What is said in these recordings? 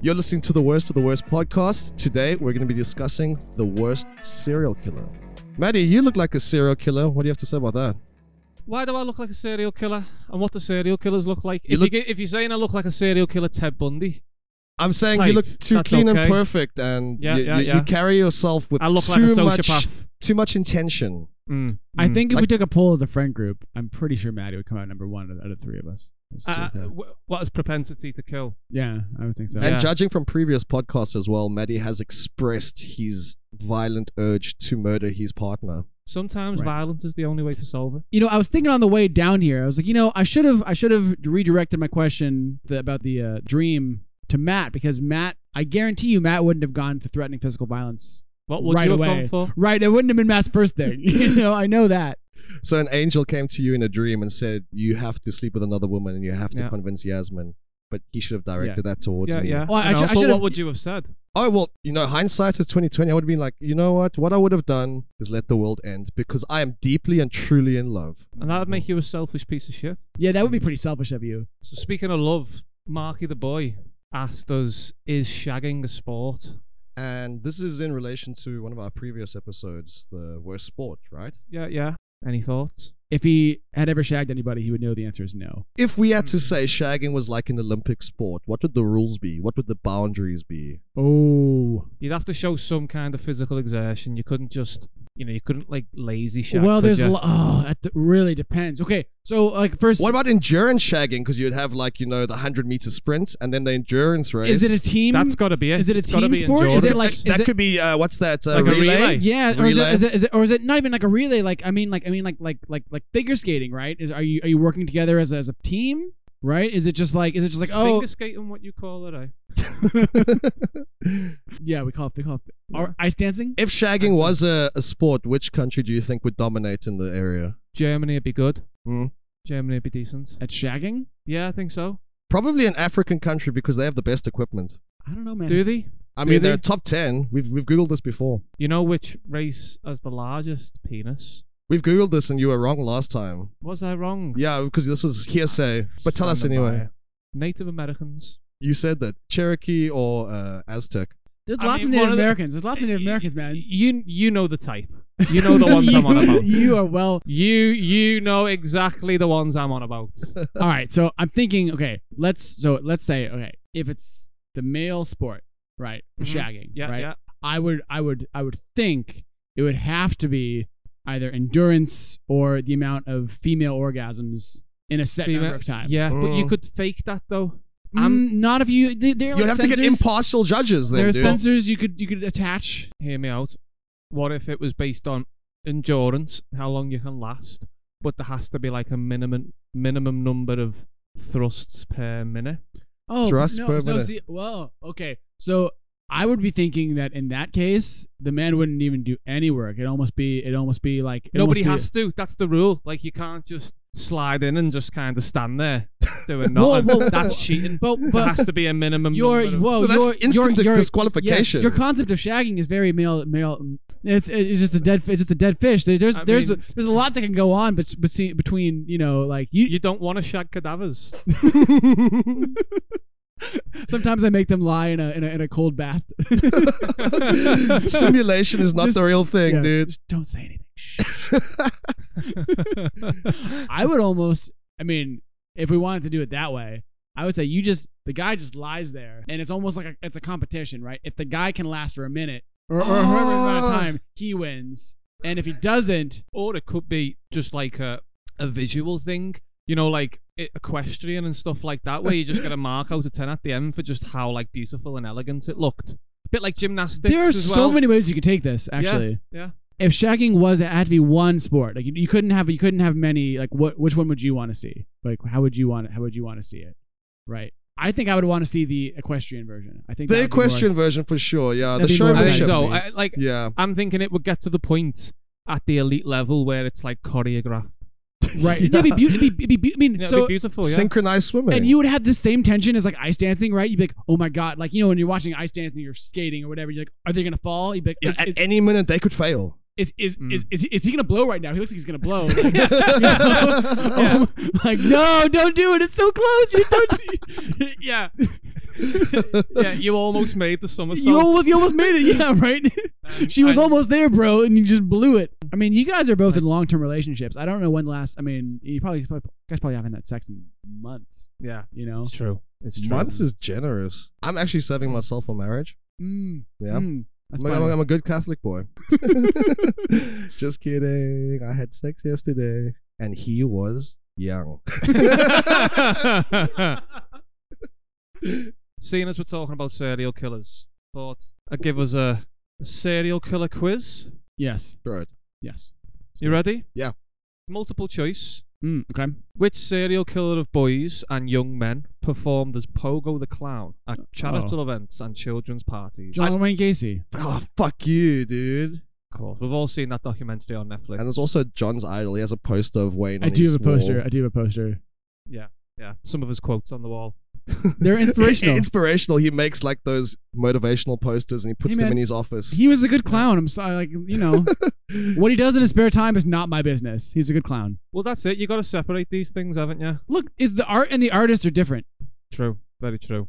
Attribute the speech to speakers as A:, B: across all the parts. A: You're listening to the Worst of the Worst podcast. Today, we're going to be discussing the worst serial killer. Maddie, you look like a serial killer. What do you have to say about that?
B: Why do I look like a serial killer? And what do serial killers look like?
A: You
B: if,
A: look-
B: you get, if you're saying I look like a serial killer, Ted Bundy,
A: I'm saying you
B: Type.
A: look too
B: That's
A: clean and
B: okay.
A: perfect, and
B: Yeah,
A: you,
B: yeah,
A: you, you
B: yeah.
A: carry yourself with
B: I look like a
A: too much,
B: sociopath.
A: too much intention.
B: Mm,
C: I
B: mm.
C: think if
A: Like-
C: we took a poll of the friend group, I'm pretty sure Maddie would come out number one out of- out of three of us. That's
B: Uh,
C: true.
B: w- what is propensity to kill?
C: yeah, I would think so.
A: And
B: Yeah.
A: judging from previous podcasts as well, Maddie has expressed his violent urge to murder his partner.
B: Sometimes
C: Right.
B: violence is the only way to solve it.
C: you know, I was thinking on the way down here. I was like, you know, I should have, I should have redirected my question th- about the uh, dream to Matt because Matt, I guarantee you, Matt wouldn't have gone for threatening physical violence.
B: What would
C: right
B: you have
C: away.
B: gone for?
C: Right, it wouldn't have been Matt's first thing. you know, I know that.
A: So an angel came to you in a dream and said, "You have to sleep with another woman, and you have to
B: Yeah.
A: convince Yasmin." But he should have directed that towards
B: Yeah,
A: me.
B: yeah.
C: Well, I
B: I know,
C: should- I
B: but
C: should
B: what
C: have-
B: would you have said?
A: Oh well, you know, hindsight is twenty twenty. I would have been like, you know what? What I would have done is let the world end because I am deeply and truly in love.
B: And that would make you a selfish piece of shit.
C: Yeah, that would be pretty selfish of you.
B: So speaking of love, Marky the boy asked us, "Is shagging a sport?"
A: And this is in relation to one of our previous episodes, the worst sport, right?
B: Yeah, yeah. Any thoughts?
C: If he had ever shagged anybody, he would know the answer is no.
A: If we had to
C: Mm-hmm.
A: say shagging was like an Olympic sport, what would the rules be? What would the boundaries be?
C: Oh,
B: You'd have to show some kind of physical exertion. You couldn't just, you know, you couldn't like lazy shag.
C: well,
B: could
C: there's
B: ya?
C: a lot. Oh, that d- really depends. Okay, so like first,
A: What about endurance shagging? Because you'd have like you know the hundred meter sprints and then the endurance race.
C: is it a team?
B: That's got to be it.
C: Is it a
B: It's gotta
C: team
B: be
C: sport?
B: endurance.
C: Is it like-
A: that
C: is it-
A: could be uh, what's that uh,
B: Like a relay?
C: Yeah, or is, it,
A: Relay?
C: is, it, is it or is it not even like a relay? Like I mean, like I mean, like like like like figure skating, right? Is are you are you working together as as a team, right? Is it just like is it just like oh
B: finger skating? What you call it? Eh?
C: yeah, we call it we call it or ice dancing?
A: If shagging was a, a sport, which country do you think would dominate in the area?
B: Germany would be good.
A: Hmm.
B: Germany would be decent.
C: At shagging?
B: Yeah, I think so.
A: Probably an African country because they have the best equipment.
C: I don't know, man.
B: Do they?
A: I
C: Do
A: mean,
C: they?
A: they're top 10. We've, we've Googled this before.
B: You know which race has the largest penis?
A: We've Googled this and you were wrong last time.
B: Was I wrong?
A: Yeah, because this was hearsay. But tell us
B: Standing by
A: anyway.
B: it. Native Americans.
A: You said that Cherokee or uh, Aztec.
C: There's
B: I
C: lots
B: mean,
C: of Native
B: one of the-
C: Americans. There's lots of Native Americans, man.
B: You you know the type. You know the ones I'm on about.
C: you are well.
B: You you know exactly the ones I'm on about.
C: All right, so I'm thinking. Okay, let's so let's say okay, if it's the male sport, right?
B: Mhm.
C: Shagging,
B: Yeah,
C: right?
B: yeah.
C: I would I would I would think it would have to be either endurance or the amount of female orgasms in a set
B: Female-
C: number of times. Mm.
B: Yeah, but you
A: Mm.
B: could fake that though. I'm
C: I'm not if you they, they're
A: You'd
C: like
A: have
C: sensors.
A: to get impartial judges
C: There
A: then,
C: are
A: dude.
C: sensors you could you could attach.
B: hear me out. What if it was based on endurance, how long you can last, but there has to be like a minimum minimum number of thrusts per minute.
C: Oh,
A: Thrust
C: no,
A: per
C: no,
A: minute.
C: see, whoa, okay. So I would be thinking that in that case, the man wouldn't even do any work. It almost be it almost be like it'd
B: Nobody
C: almost
B: has to. That's the rule. Like you can't just slide in and just kind of stand there doing
C: Whoa,
B: nothing.
C: whoa,
B: That's
C: whoa.
B: cheating.
C: But-
B: there
C: but-
B: has to be a minimum.
C: be your
B: number of-
C: whoa
A: Well, Oh, that's
C: your,
A: instant
C: your, your, Yeah,
A: disqualification.
C: your concept of shagging is very male. Male. It's, it's just a dead. It's just a dead fish. There- There's
B: I
C: there's
B: mean-
C: there's a lot that can go on, but between, between you know like you,
B: You don't want to shag cadavers.
C: Sometimes I make them lie in a in a, in a cold bath.
A: Simulation is not
C: Just-
A: the real thing,
C: Yeah,
A: dude.
C: Just don't say anything. Shh. I would almost. I mean, if we wanted to do it that way, I would say you just the guy just lies there, and it's almost like a, it's a competition, right? If the guy can last for a minute or, or however amount
B: Ah.
C: of
A: Oh.
C: time, he wins. And if he doesn't,
B: or it could be just like a, a visual thing, you know, like e- equestrian and stuff like that, where you just get a mark out of 10 at the end for just how like beautiful and elegant it looked. bit like gymnastics.
C: there are
B: as
C: so
B: well.
C: many ways you could take this.
B: Yeah,
C: Actually,
B: Yeah.
C: if shagging was it had to be one sport, like you, you couldn't have you couldn't have many. Like what which one would you want to see? Like how would you want how would you want to see it? Right. I think I would want to see the equestrian version. I think that
A: The
C: would be more-
A: equestrian version for sure. Yeah, the
C: That'd be more
B: I think
A: showmanship.
C: exciting.
B: so. I, like,
A: Yeah.
B: I'm thinking it would get to the point at the elite level where it's like choreographed.
C: right? Yeah, it'd be beautiful. It'd be, it'd be- I mean,
B: You know,
C: so
B: it'd be beautiful, yeah.
A: Synchronized swimming.
C: Oh, and you would have the same tension as like ice dancing, right? You'd be like, oh my god, like you know when you're watching ice dancing, you're skating or whatever. You're like, are they gonna fall? You'd be like,
A: Yeah,
C: is,
A: at
C: is,
A: any minute they could fail.
C: is, is,
B: Mm.
C: is, is, he- is he gonna blow right now? He looks like he's gonna blow. Like, you know? like no, don't do it. It's so close. You don't.
B: yeah. yeah, you almost made the somersault.
C: You almost, you almost made it. Yeah, right.
B: Um,
C: she was
B: and-
C: almost there, bro, and you just blew it. I mean, you guys are both in long term relationships. I don't know when last. I mean, you probably you guys probably haven't had sex in months.
B: Yeah,
C: You know.
B: it's true. It's true.
A: Months is generous. I'm actually saving myself for marriage.
C: Mm,
A: Yeah.
C: mm, that's
A: I'm a- I'm,
C: fine.
A: a- I'm a good Catholic boy. Just kidding. I had sex yesterday, and he was young.
B: Seeing as we're talking about serial killers, thought I'd give us a, a serial killer quiz.
C: yes.
A: Right.
C: Yes.
B: You ready?
A: Yeah.
B: Multiple choice.
C: Mm, okay.
B: Which serial killer of boys and young men performed as Pogo the Clown at charitable events and children's parties?
C: John Wayne Gacy.
A: Oh fuck you, dude.
B: Of course, we've all seen that documentary on Netflix.
A: And there's also John's idol. He has a poster of Wayne.
C: I
A: on
C: do
A: his
C: have a poster.
A: wall.
C: I do have a poster.
B: yeah, some of his quotes on the wall.
C: They're inspirational.
A: Inspirational. He makes like those motivational posters, and he puts
C: Hey,
A: them
C: man.
A: in his office.
C: he was a good clown. I'm sorry, like you know, what he does in his spare time is not my business. He's a good clown.
B: Well, that's it. You got to separate these things, haven't you?
C: Look, is the art and the artist are different.
B: True. Very true.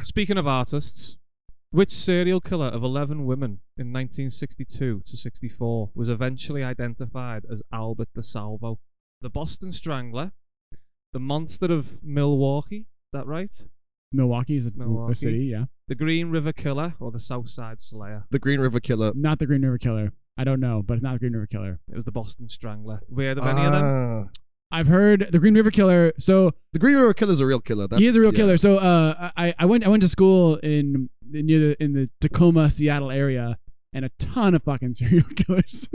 B: Speaking of artists, which serial killer of 11 women in 1962 to 64 was eventually identified as Albert DeSalvo? The Boston Strangler, the Monster of Milwaukee, is that right?
C: Milwaukee is a, a
B: Milwaukee.
C: city, yeah.
B: The Green River Killer or the South Side Slayer?
A: the Green River Killer.
C: Not the Green River Killer. I don't know, but it's not the Green River Killer.
B: It was the Boston Strangler. We heard of any of them?
A: Ah.
C: I've heard the Green River Killer. So
A: The Green River Killer's a real killer. That's,
C: he is a real
A: yeah.
C: killer. So uh, I I went I went to school in near the in the Tacoma Seattle area, and a ton of fucking serial killers.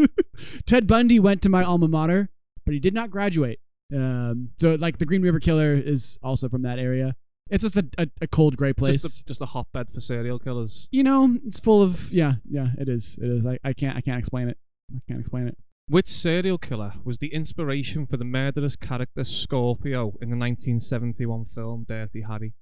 C: Ted Bundy went to my alma mater, but he did not graduate. Um, so like the Green River Killer is also from that area. It's just a a, a cold gray place.
B: Just a, just a hotbed for serial killers.
C: you know, it's full of yeah, yeah. It is. It is. I, I can't I can't explain it. I can't explain it.
B: Which serial killer was the inspiration for the murderous character Scorpio in the 1971 film Dirty Harry?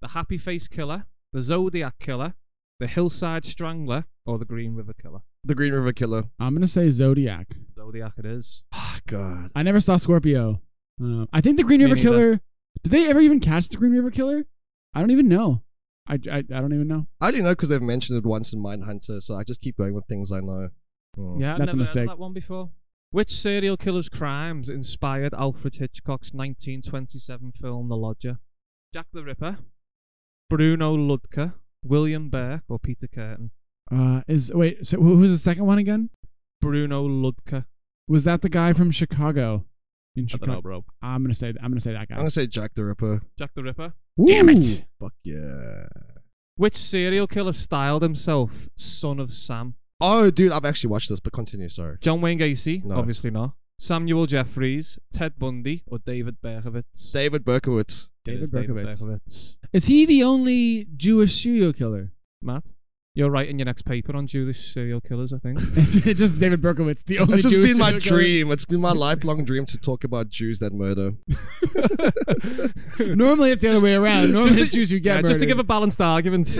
B: The Happy Face Killer, the Zodiac Killer, the Hillside Strangler, or the Green River Killer?
A: The Green River Killer.
C: I'm gonna say Zodiac.
B: Zodiac it is.
C: Ah,
A: Oh, God.
C: I never saw Scorpio. Um, I think the Green
B: Me
C: River
B: neither.
C: Killer. Did they ever even catch the Green River Killer? I don't even know. I, I, I don't even know.
A: I only know because they've mentioned it once in Mindhunter, so I just keep going with things I know. Mm.
B: Yeah, I've
C: That's
B: never
C: a mistake.
B: Heard of that one before. Which serial killer's crimes inspired Alfred Hitchcock's 1927 film The Lodger? Jack the Ripper, Bruno Ludke, William Burke, or Peter Curtin?
C: Uh, is wait. So who who's the second one again?
B: Bruno Ludke.
C: Was that the guy from Chicago?
B: I don't
C: In
B: know,
C: Chicago,
B: bro.
C: I'm gonna say I'm gonna say that
A: I'm
C: guy.
A: going to say Jack the Ripper.
B: Jack the Ripper.
C: Damn it.
A: Ooh, Fuck yeah.
B: Which serial killer styled himself Son of Sam?
A: Oh, dude, I've actually watched this, but continue, sorry.
B: John Wayne Gacy?
A: No.
B: Obviously not. Samuel Jeffries, Ted Bundy, or David Berkowitz?
A: David Berkowitz.
B: It
C: David
B: is
C: Berkowitz.
B: Berkowitz.
C: Is he the only Jewish serial killer?
B: Matt, you're writing your next paper on Jewish serial killers, I think.
C: it's just David Berkowitz, the only.
A: It's just
C: Jewish
A: been my
C: serial killer.
A: dream. It's been my lifelong dream to talk about Jews that murder.
C: Normally it's the other way around. Normally
B: just
C: it's Jews who get
B: yeah, just to give a
C: murdered.
B: balanced argument.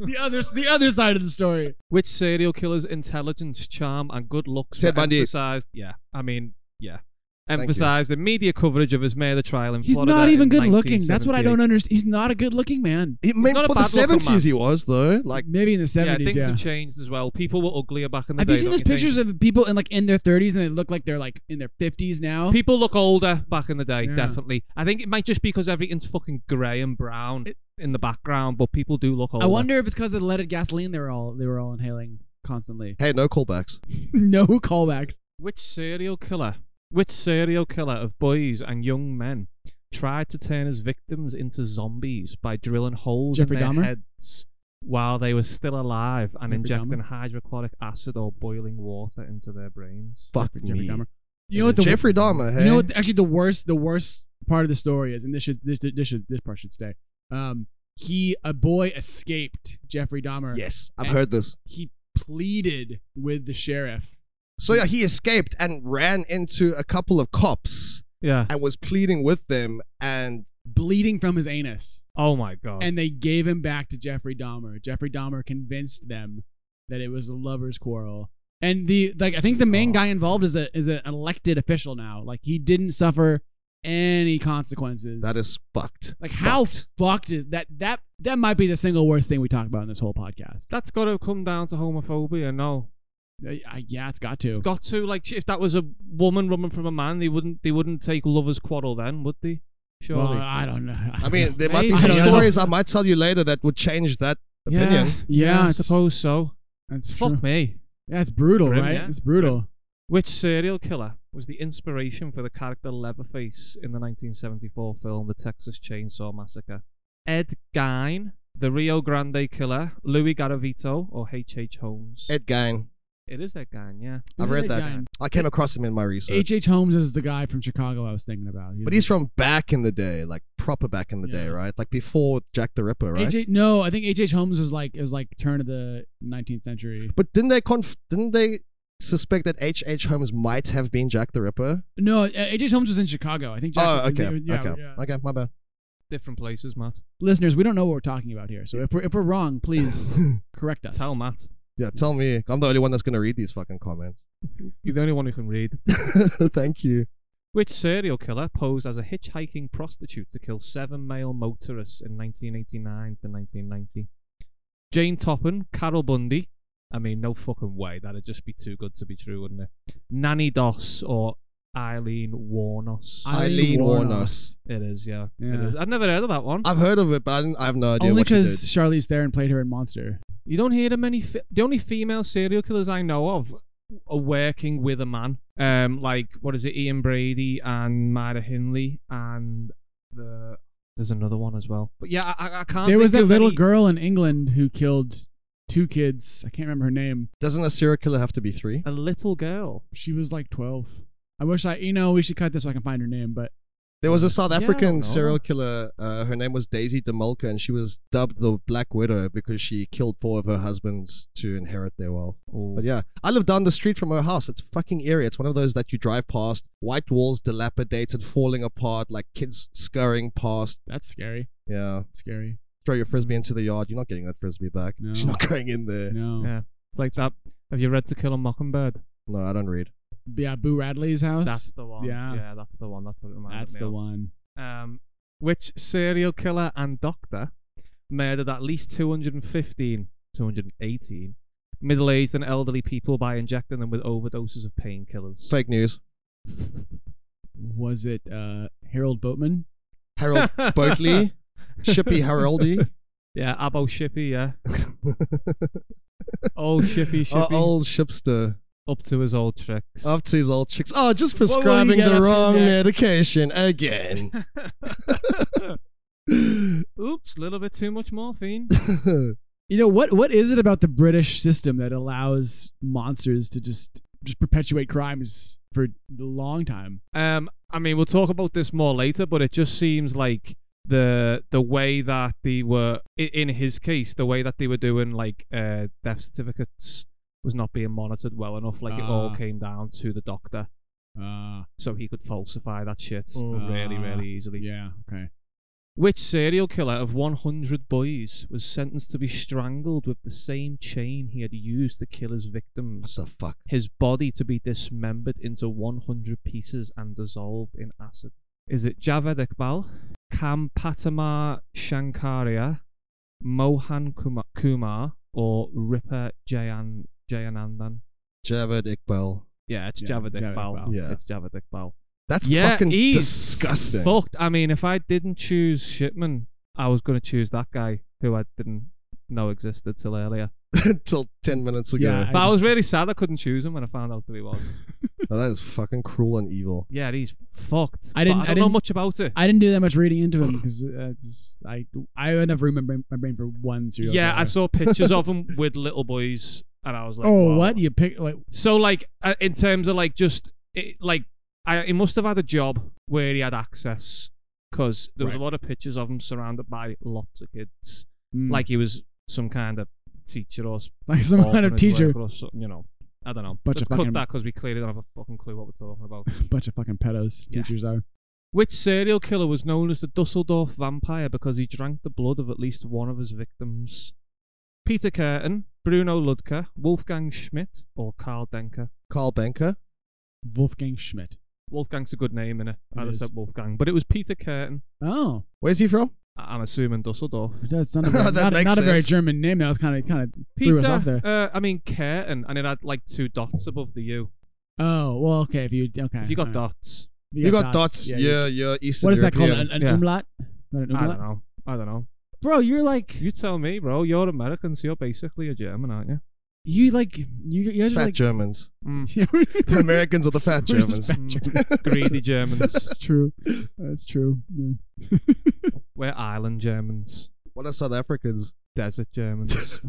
C: the other the other side of the story.
B: Which serial killer's intelligence, charm, and good looks
A: Ted
B: were
A: Bundy.
B: emphasized? Yeah, I mean, yeah.
A: you.
B: Emphasized in media coverage of his murder trial in
C: He's
B: Florida.
C: not even
B: in
C: good looking. That's what
B: 1978.
C: I don't understand. He's not a good looking man.
A: He, maybe
B: not a
A: for the
B: bad looking
A: 70s he was, though. Like,
C: Like maybe in the
B: Yeah,
C: seventies.
B: things
C: Yeah.
B: have changed as well. People were uglier back in the
C: Have
B: day.
C: you seen
B: don't
C: those pictures
B: think?
C: of people in like in their thirties and they look like they're like in their fifties now?
B: People look older back in the day,
C: Oh. Yeah.
B: definitely. I think it might just be because everything's fucking grey and brown
C: It-
B: in the background, but people do look older.
C: I wonder if it's because of the leaded gasoline they were all they were all inhaling constantly.
A: hey, no callbacks.
C: no callbacks.
B: which serial killer, which serial killer of boys and young men tried to turn his victims into zombies by drilling holes
C: Jeffrey
B: in their
C: Dahmer?
B: heads while they were still alive and
C: Jeffrey
B: injecting
C: Dahmer?
B: hydrochloric acid or boiling water into their brains.
A: Fuck
C: Jeffrey
A: me.
C: Dahmer. You know what the
A: Jeffrey Dahmer, hey?
C: You know what? Actually, the worst, the worst part of the story is, and this should, this, this should, this part should stay. Um, he, a boy, escaped Jeffrey Dahmer.
A: yes, I've
C: Hey.
A: heard this.
C: He pleaded with the sheriff.
A: So, yeah, he escaped and ran into a couple of cops
B: Yeah.
A: and was pleading with them, and
C: Bleeding from his anus,
B: Oh my god.
C: and they gave him back to Jeffrey Dahmer. Jeffrey Dahmer convinced them that it was a lovers' quarrel, and the like. I think the main
B: Fuck.
C: guy involved is a is an elected official now. Like he didn't suffer any consequences.
A: That is fucked.
C: like how fucked is that? That that might be the single worst thing we talk about in this whole podcast.
B: That's got to come down to homophobia. No,
C: Uh, I- yeah, it's got to.
B: it's got to. Like, if that was a woman running from a man, they wouldn't. They wouldn't take lovers' quarrel then, would they?
C: Well,
B: Surely.
C: I don't know.
A: I mean, there might be
B: Maybe.
A: some
B: I don't know.
A: stories I might tell you later that would change that
B: yeah,
A: opinion.
C: Yeah,
B: I
C: it's-
B: suppose so.
C: that's
B: Fuck
C: true.
B: me.
C: Yeah, it's brutal,
B: It's grim,
C: right?
B: yeah.
C: It's brutal.
B: Which serial killer was the inspiration for the character Leatherface in the 1974 film The Texas Chainsaw Massacre? Ed Gein, the Rio Grande killer, Louis Garavito, or H.H. Holmes?
A: Ed Gein.
B: it is Ed Gein, yeah.
A: I've read that. I came across him in my research.
C: H. H. Holmes is the guy from Chicago I was thinking about.
A: But he's from back in the day, like proper back in the day,
C: Yeah.
A: right? Like before Jack the Ripper, right?
C: H. No, I think H. H. Holmes is like is like turn of the 19th century.
A: But didn't they conf- didn't they suspect that H. H. Holmes might have been Jack the Ripper?
C: No, uh, H. H. Holmes was in Chicago. I think. Jack
A: oh,
C: was-
A: okay,
C: yeah,
A: okay,
C: yeah.
A: okay. My bad.
B: Different places, Matt.
C: Listeners, we don't know what we're talking about here, so if we're if we're wrong, please correct us.
B: Tell Matt.
A: yeah, tell me. I'm the only one that's gonna read these fucking comments.
B: You're the only one who can read.
A: Thank you.
B: Which serial killer posed as a hitchhiking prostitute to kill seven male motorists in 1989 to 1990? Jane Toppin, Carol Bundy. I mean, no fucking way. That'd just be too good to be true, wouldn't it? Nanny Doss or Eileen Warnos.
C: I-
A: Eileen
C: Eileen
A: Warnos.
B: it is, yeah. It
C: Yeah.
B: is. I've never heard of that one.
A: I've heard of it, but I, didn't, I have no idea
C: Only
A: what she
C: because
A: did.
C: Charlize Theron played her in Monster.
B: you don't hear of many. Fi- the only female serial killers I know of are working with a man. Um, like what is it? Ian Brady and Myra Hindley and the there's another one as well. But yeah, Um, I, I- I can't.
C: there was
B: think
C: that
B: of
C: little
B: any-
C: girl in England who killed two kids. I can't remember her name.
A: Doesn't a serial killer have to be three?
B: A little girl.
C: She was like 12. I wish I, you know, we should cut this so I can find her name, but
A: There was a South
B: Yeah, I don't
A: African
B: know.
A: serial killer. Uh, her name was Daisy Demulka, and she was dubbed the Black Widow because she killed four of her husbands to inherit their wealth.
B: Oh,
A: But yeah, I live down the street from her house. It's fucking eerie. It's one of those that you drive past, white walls dilapidated, falling apart, like kids scurrying past.
C: that's scary.
A: Yeah.
C: Scary.
A: Throw your frisbee into the yard. You're not getting that frisbee back.
C: No.
A: She's not going in there.
C: No.
B: Yeah. It's like that. Have you read To Kill a Mockingbird?
A: No, I don't read.
C: Yeah, uh, Boo Radley's house.
B: That's the one.
C: yeah.
B: Yeah, that's the one. That's what it reminded
C: That's
B: me
C: the
B: of.
C: one.
B: um, which serial killer and doctor murdered at least 215, 218 middle aged and elderly people by injecting them with overdoses of painkillers.
A: Fake news.
C: Was it uh, Harold Boatman?
A: Harold Boatley, Shippy Haroldy,
B: Yeah, Abo Shippy, yeah. Old Shippy
A: uh,
B: Shippy.
A: old shipster.
B: Up to his old tricks.
A: Up to his old chicks. Oh, just
C: will you
A: prescribing
C: get up
A: the
C: to
A: wrong
C: next?
A: medication again.
B: Oops, a little bit too much morphine.
C: You know what? What is it about the British system that allows monsters to just just perpetuate crimes for a long time?
B: Um, I mean, we'll talk about this more later, but it just seems like the the way that they were i- in his case, the way that they were doing like uh, death certificates was not being monitored well enough. Like it all
C: Ah.
B: came down to the doctor,
C: Uh,
B: so he could falsify that shit
A: Mm.
B: really,
C: Ah,
B: really easily.
C: yeah. Okay.
B: Which serial killer of 100 boys was sentenced to be strangled with the same chain he had used to kill his
A: what
B: victims?
A: the fuck?
B: his body to be dismembered into 100 pieces and dissolved in acid. Is it Javed Iqbal, Kampatama Shankaria, Mohan Kuma- Kumar, or Ripper Jayan- Jayanandan?
A: Javed Iqbal.
B: Yeah, it's
C: Yeah,
B: Javed
C: Javed
B: Iqbal.
C: Iqbal.
A: Yeah.
B: It's Javed Iqbal.
A: That's
B: yeah,
A: fucking
B: he's
A: disgusting.
B: Fucked. I mean, if I didn't choose Shipman, I was going to choose that guy who I didn't know existed till earlier.
A: Until 10 minutes ago.
C: Yeah.
B: But I,
C: I
B: was really sad I couldn't choose him when I found out who he was.
A: No, that is fucking cruel and evil.
B: yeah, he's fucked.
C: I
B: But
C: didn't-
B: I
C: I
B: don't know
C: didn't-
B: much about it.
C: I didn't do that much reading into him because uh, I I would never remember my brain for one serial.
B: yeah, I
C: killer.
B: saw pictures of him with little boys, and I was like,
C: oh,
B: "Wow."
C: what you pick? Like,
B: So, like, uh, in terms of like just it, like, I he must have had a job where he had access because there was a
C: Right.
B: lot of pictures of him surrounded by lots of kids,
C: mm,
B: like he was some kind of teacher or s-
C: like some kind of
B: orphanage
C: teacher,
B: worker or so, you know. I don't know.
C: Bunch
B: Let's
C: of
B: cut
C: fucking-
B: that because we clearly don't have a fucking clue what we're talking about.
C: bunch of fucking pedos.
B: Yeah.
C: Teachers are.
B: Which serial killer was known as the Dusseldorf vampire because he drank the blood of at least one of his victims? Peter Curtin, Bruno Ludke, Wolfgang Schmidt, or Karl Denker?
A: Carl Banker?
C: Wolfgang Schmidt.
B: Wolfgang's a good name in it.
C: It
B: I just
C: is.
B: said Wolfgang, but it was Peter Curtin.
C: Oh,
A: Where's he from?
B: I- I'm assuming Dusseldorf.
C: it does sound a very-
A: That
C: not,
A: makes
C: not a very
A: sense.
C: German name. That was kind of kind of threw us
B: Peter,
C: off there.
B: uh, I mean Curtin, and it had like two dots above the U.
C: Oh well, okay. If you okay,
B: If you got
C: alright.
B: dots,
C: If
A: You, got dots.
C: yeah,
A: Yeah,
C: you-
A: yeah, Eastern
C: What is that called?
A: European.
C: An, an
B: Yeah.
C: umlaut? Not an
B: I
C: umlaut?
B: don't know. I don't know.
C: Bro, you're like
B: You tell me, bro. You're American, so you're basically a German, aren't you?
C: you like you you guys are
A: Fat
C: like
A: Germans.
B: Mm.
C: Yeah, we're-
A: The Americans are the fat
C: we're
A: Germans.
C: just fat Germans.
B: Greedy Germans.
C: That's true. That's true. Yeah.
B: We're island Germans.
A: What are South Africans?
B: Desert Germans.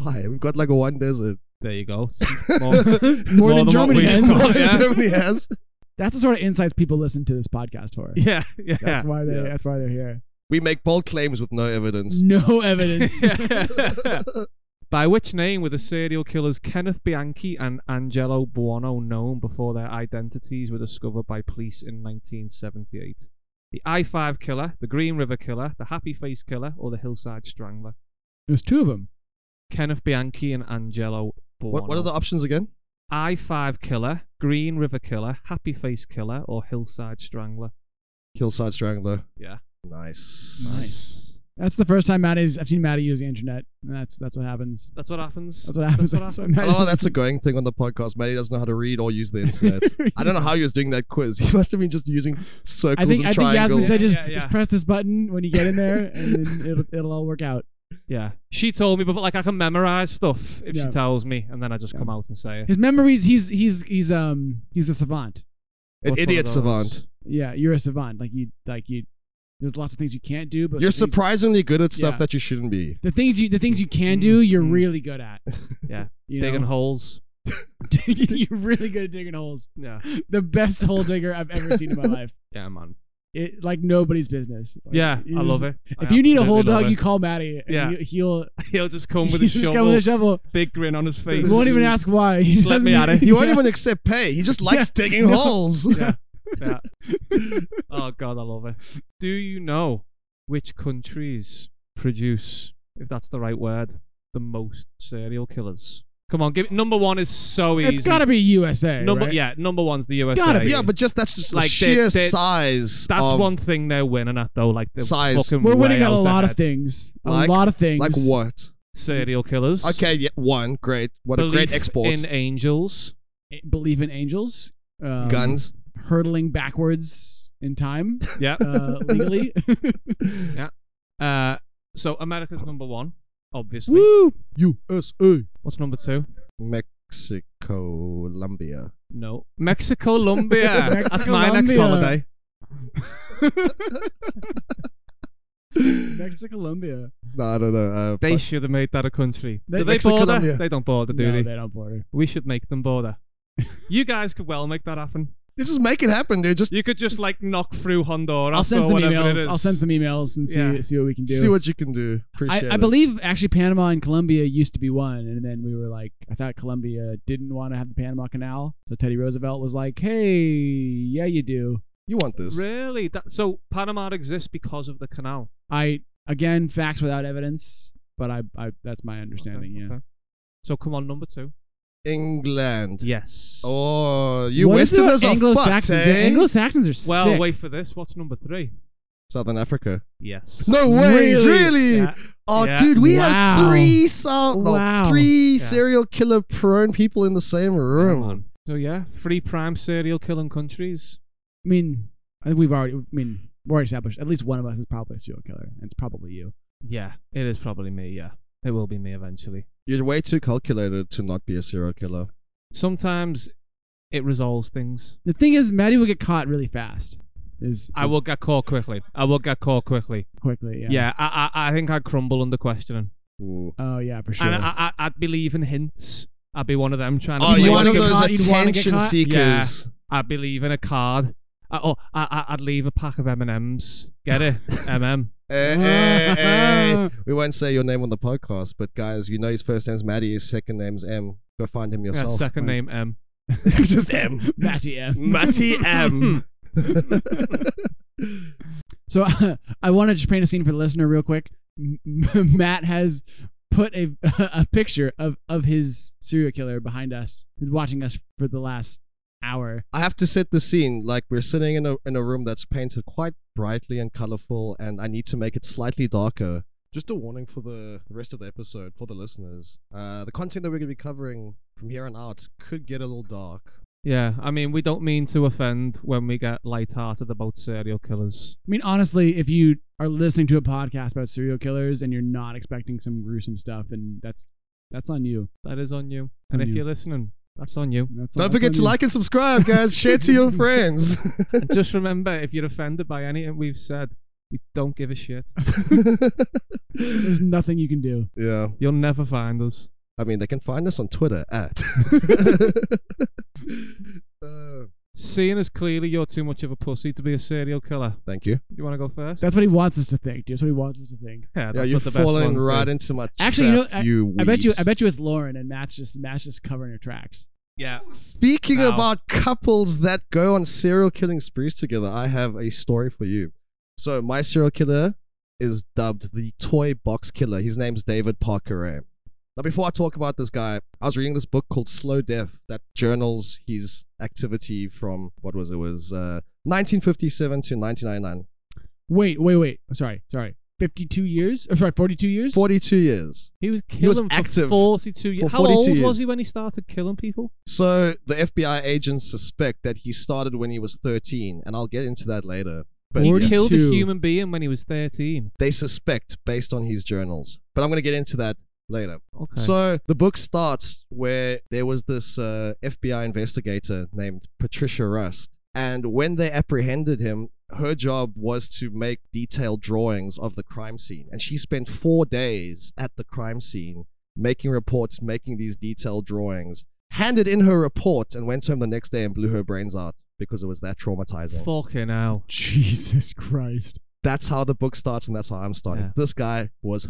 A: Why? We've got like one desert.
B: there you go. It's More,
C: More than
B: what
C: Germany
B: we've
C: has.
B: got,
A: What
B: yeah.
A: Germany has.
C: That's the sort of insights people listen to this podcast for.
B: yeah, yeah.
C: That's why they.
A: Yeah.
C: That's why they're here.
A: We make bold claims with no evidence.
C: No evidence.
B: By which name were the serial killers Kenneth Bianchi and Angelo Buono known before their identities were discovered by police in 1978? The I 5 killer, the Green River killer, the Happy Face killer, or the Hillside Strangler?
C: There's two of them.
B: Kenneth Bianchi and Angelo Buono.
A: What, what are the options again?
B: I 5 killer, Green River killer, Happy Face killer, or Hillside Strangler?
A: Hillside Strangler.
B: Yeah.
A: Nice.
C: Nice. That's the first time Maddie's. I've seen Maddie use the internet. And that's that's what happens.
B: That's what happens.
C: That's what happens.
B: That's
C: That's
B: what
C: what Maddie.
A: Oh, that's a going thing on the podcast. Maddie doesn't know how to read or use the internet. I don't know how he was doing that quiz. He must have been just using circles
C: I think
A: and
C: I think Yasmin
A: triangles.
C: said just,
B: Yeah, yeah.
C: just press this button when you get in there, and then it'll it'll all work out.
B: Yeah. She told me, but like I can memorize stuff if
C: Yeah.
B: she tells me, and then I just
C: Yeah.
B: come out and say it.
C: His memories. He's he's he's um he's a savant.
A: An
B: What's one
A: idiot
B: of
A: savant.
B: those?
C: Yeah, you're a savant. Like you like you. There's lots of things you can't do, but
A: You're
C: the things-
A: surprisingly good at stuff
C: Yeah.
A: that you shouldn't be.
C: The things you the things you can
B: Mm,
C: do, you're
B: mm.
C: really good at.
B: Yeah.
C: You
B: Digging
C: know?
B: holes.
C: you're really good at digging holes.
B: Yeah.
C: The best hole digger I've ever seen in my life.
B: Yeah, man.
C: It like nobody's business. Like,
B: yeah,
C: you
B: I
C: just-
B: love it. I
C: If you need a hole
B: absolutely love
C: dog, you
B: it.
C: call Maddie. and
B: Yeah.
C: you- he'll
B: he'll just come with a
C: he's just
B: shovel,
C: coming with a shovel.
B: big grin on his
C: He
B: face.
C: won't even ask why. He
B: Just let me
C: doesn't
B: at it.
A: He won't
C: Yeah.
A: even accept pay. He just likes
C: Yeah.
A: digging
C: No.
A: holes.
B: Yeah. Yeah. oh God, I love it. Do you know which countries produce, if that's the right word, the most serial killers? Come on, give it. Number one is so easy.
C: It's gotta be USA.
B: number
C: right?
B: yeah, number one's the USA.
C: gotta be.
A: Yeah, but just that's just
B: Like,
A: the
B: they-
A: sheer
B: they-
A: size.
B: That's
A: of,
B: one thing they're winning at though. Like the
A: Size.
B: fucking
C: We're winning
B: way
C: at a
B: out
C: lot
B: ahead.
C: of things. A
A: Like-
C: lot of things.
A: Like what?
B: serial killers.
A: Okay, yeah, one great. What a great
B: Belief
A: export.
B: in angels.
C: A- Believe in angels. Um,
A: Guns.
C: Hurtling backwards in time
B: Yeah.
C: uh, legally.
B: Uh, so America's number one, obviously.
C: Woo!
A: USA.
B: What's number two?
A: Mexico, Colombia.
B: No, Mexico, Colombia. That's my next
C: Mexico-Lombia.
B: holiday.
C: Next to Colombia.
A: No, I don't know. Uh,
B: They
A: but-
B: should have made that a country.
C: They-
B: do they
A: Mexico,
B: border?
A: Colombia.
B: They don't border, do
C: no,
B: they?
C: they don't border.
B: We should make them border. you guys could well make that happen.
A: You just make it happen, dude. Just
B: You could just like knock through Honduras
C: I'll send
B: or
C: some
B: whatever it
C: emails.
B: is.
C: I'll send some emails and see
B: Yeah.
C: see what we can do.
A: see what you can do. Appreciate
C: I, I
A: it.
C: believe actually Panama and Colombia used to be one, and then we were like, I thought Colombia didn't want to have the Panama Canal, so Teddy Roosevelt was like, Hey, yeah, you do.
A: you want this.
B: Really? That, so Panama exists because of the canal.
C: I again facts without evidence, but I, I that's my understanding.
B: Okay,
C: yeah,
B: okay. So come on, number two.
A: England.
B: Yes.
A: Oh, you
C: What is it with
A: Westerners are fucked,
C: Anglo-Saxons? Yeah,
A: eh?
C: Anglo-Saxons are
B: Well,
C: sick.
B: wait for this. What's number three?
A: Southern Africa.
B: Yes.
A: No ways,
C: Really?
A: really?
B: Yeah.
A: Oh,
B: Yeah.
A: dude, we have
C: Wow.
A: three sal- no,
C: Wow.
A: three
B: Yeah.
A: serial killer prone people in the same
B: Yeah,
A: room.
B: man. So yeah, three prime serial killing countries.
C: I mean, I think we've already. I mean, we're already established. At least one of us is probably a serial killer, and it's probably you.
B: Yeah, it is probably me. Yeah, it will be me eventually.
A: You're way too calculated to not be a serial killer.
B: Sometimes it resolves things.
C: The thing is, Maddie will get caught really fast. Is,
B: I
C: is
B: will get caught quickly. I will get caught quickly.
C: quickly. Yeah.
B: Yeah, I, I I think I'd crumble under questioning,
A: Ooh.
C: Oh yeah, for sure.
B: and I, I I'd be leaving hints. I'd be one of them trying to.
A: Oh,
C: You
B: play
A: you're
C: wanna
A: one of
C: get
A: those
C: caught? You'd wanna get
A: attention
C: caught?
A: seekers.
B: I'd be leaving a card. I, oh, I, I I'd leave a pack of M and M's. Get it, MM.
A: Eh, eh, eh. We won't say your name on the podcast, but guys, you know his first name's Maddie, his second name's M. Go find him
B: Yeah,
A: yourself.
B: second
C: Right.
B: name M.
A: Just M.
C: Matty M.
A: Matty M.
C: So I want to just paint a scene for the listener real quick. M- M- Matt has put a a picture of of his serial killer behind us. He's watching us for the last hour.
A: I have to set the scene. Like we're sitting in a in a room that's painted quite brightly and colorful, and I need to make it slightly darker. Just a warning for the rest of the episode for the listeners. Uh, the content that we're going to be covering from here on out could get a little dark.
B: Yeah, I mean, we don't mean to offend when we get light-hearted about serial killers.
C: I mean, honestly, if you are listening to a podcast about serial killers and you're not expecting some gruesome stuff, then that's that's on you.
B: That is on you.
C: On
B: and if
C: you.
B: you're listening, that's on you.
C: That's
A: Don't
C: that's
A: forget
C: on
A: to
C: you.
A: like and subscribe, guys. Share to your friends.
B: and just remember, if you're offended by anything we've said, we don't give a shit.
C: There's nothing you can do.
A: yeah.
B: You'll never find us.
A: I mean, they can find us on Twitter at. uh,
B: Seeing as clearly you're too much of a pussy to be a serial killer,
A: thank you.
B: you want to go first?
C: That's what he wants us to think. Dude. That's what he wants us to think.
B: yeah,
A: yeah,
B: that's
A: you're
B: what the best
A: falling
B: ones
A: right
B: do.
A: into my
C: Actually, you know,
A: trap, you
C: I bet you. I
A: weebs.
C: bet you it's Lauren and Matt's just Matt's just covering her tracks.
B: Yeah.
A: Speaking
B: Ow.
A: about couples that go on serial killing sprees together, I have a story for you. So my serial killer is dubbed the toy box killer. His name's David Parker. Ray. Now, before I talk about this guy, I was reading this book called Slow Death that journals his activity from what was it, It was uh, 1957 to 1999,
C: Wait, wait, wait. I'm sorry, sorry. Fifty-two years. Or sorry, forty-two years.
A: 42 years.
B: He was killing
A: He was
B: for
A: active
B: 42
A: for
B: years. How
A: 42
B: old
A: years.
B: was he when he started killing people?
A: So the FBI agents suspect that he started when he was 13, and I'll get into that later. But
B: He
A: yeah.
B: killed a
C: 42.
B: human being when he was 13.
A: they suspect based on his journals. But I'm going to get into that later.
B: Okay.
A: So the book starts where there was this uh, FBI investigator named Patricia Rust. And when they apprehended him, her job was to make detailed drawings of the crime scene. And she spent four days at the crime scene making reports, making these detailed drawings, handed in her reports, and went home the next day and blew her brains out because it was that traumatizing.
B: Fucking hell.
C: Jesus Christ.
A: that's how the book starts and that's how I'm starting.
B: Yeah.
A: This guy was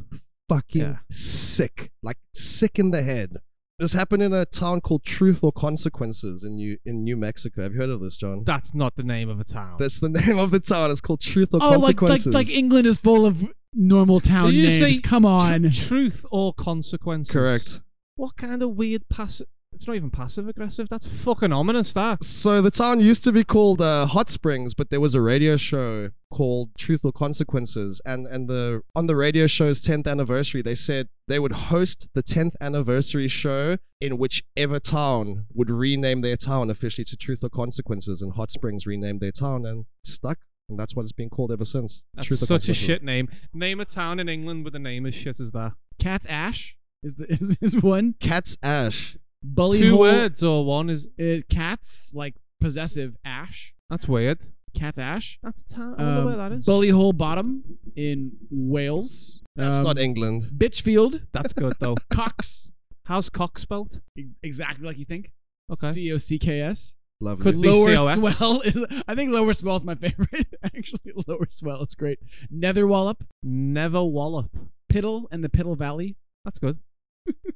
A: fucking
B: Yeah.
A: sick, like sick in the head. This happened in a town called Truth or Consequences in New in New Mexico. Have you heard of this, John?
B: That's not the name of a town.
A: That's the name of the town. It's called Truth or
C: Oh, like, like
A: Consequences.
C: like England is full of normal town
B: Did you
C: names.
B: say
C: Come on.
B: Tr- truth or consequences?
A: Correct.
B: What kind of weird passive? It's not even passive aggressive. That's fucking ominous. That.
A: So the town used to be called uh, Hot Springs, but there was a radio show called Truth or Consequences, and and the on the radio show's tenth anniversary, they said they would host the tenth anniversary show in whichever town would rename their town officially to Truth or Consequences, and Hot Springs renamed their town and stuck, and that's what it's been called ever since.
B: That's
A: Truth or
B: such a
A: Consequences.
B: shit name. Name a town in England with a name as shit as that.
C: Cat's ash is the is, is one.
A: Cat's Ash.
C: Bully
B: Two
C: hole
B: words or one is.
C: is cats like possessive ash.
B: That's weird.
C: Cat's ash.
B: That's a town. I wonder
C: Um,
B: where that is.
C: Bully hole bottom in Wales.
A: That's
C: Um,
A: not England.
C: Bitchfield.
B: That's good though.
C: Cox.
B: How's cock spelt?
C: E- Exactly like you think.
B: Okay.
C: C O C K S.
A: Lovely.
B: could- be
C: Lower
B: COX.
C: swell is. I think lower swell is my favorite. Actually, lower swell is great. Nether wallop.
B: Never wallop.
C: Piddle and the Piddle Valley.
B: That's good.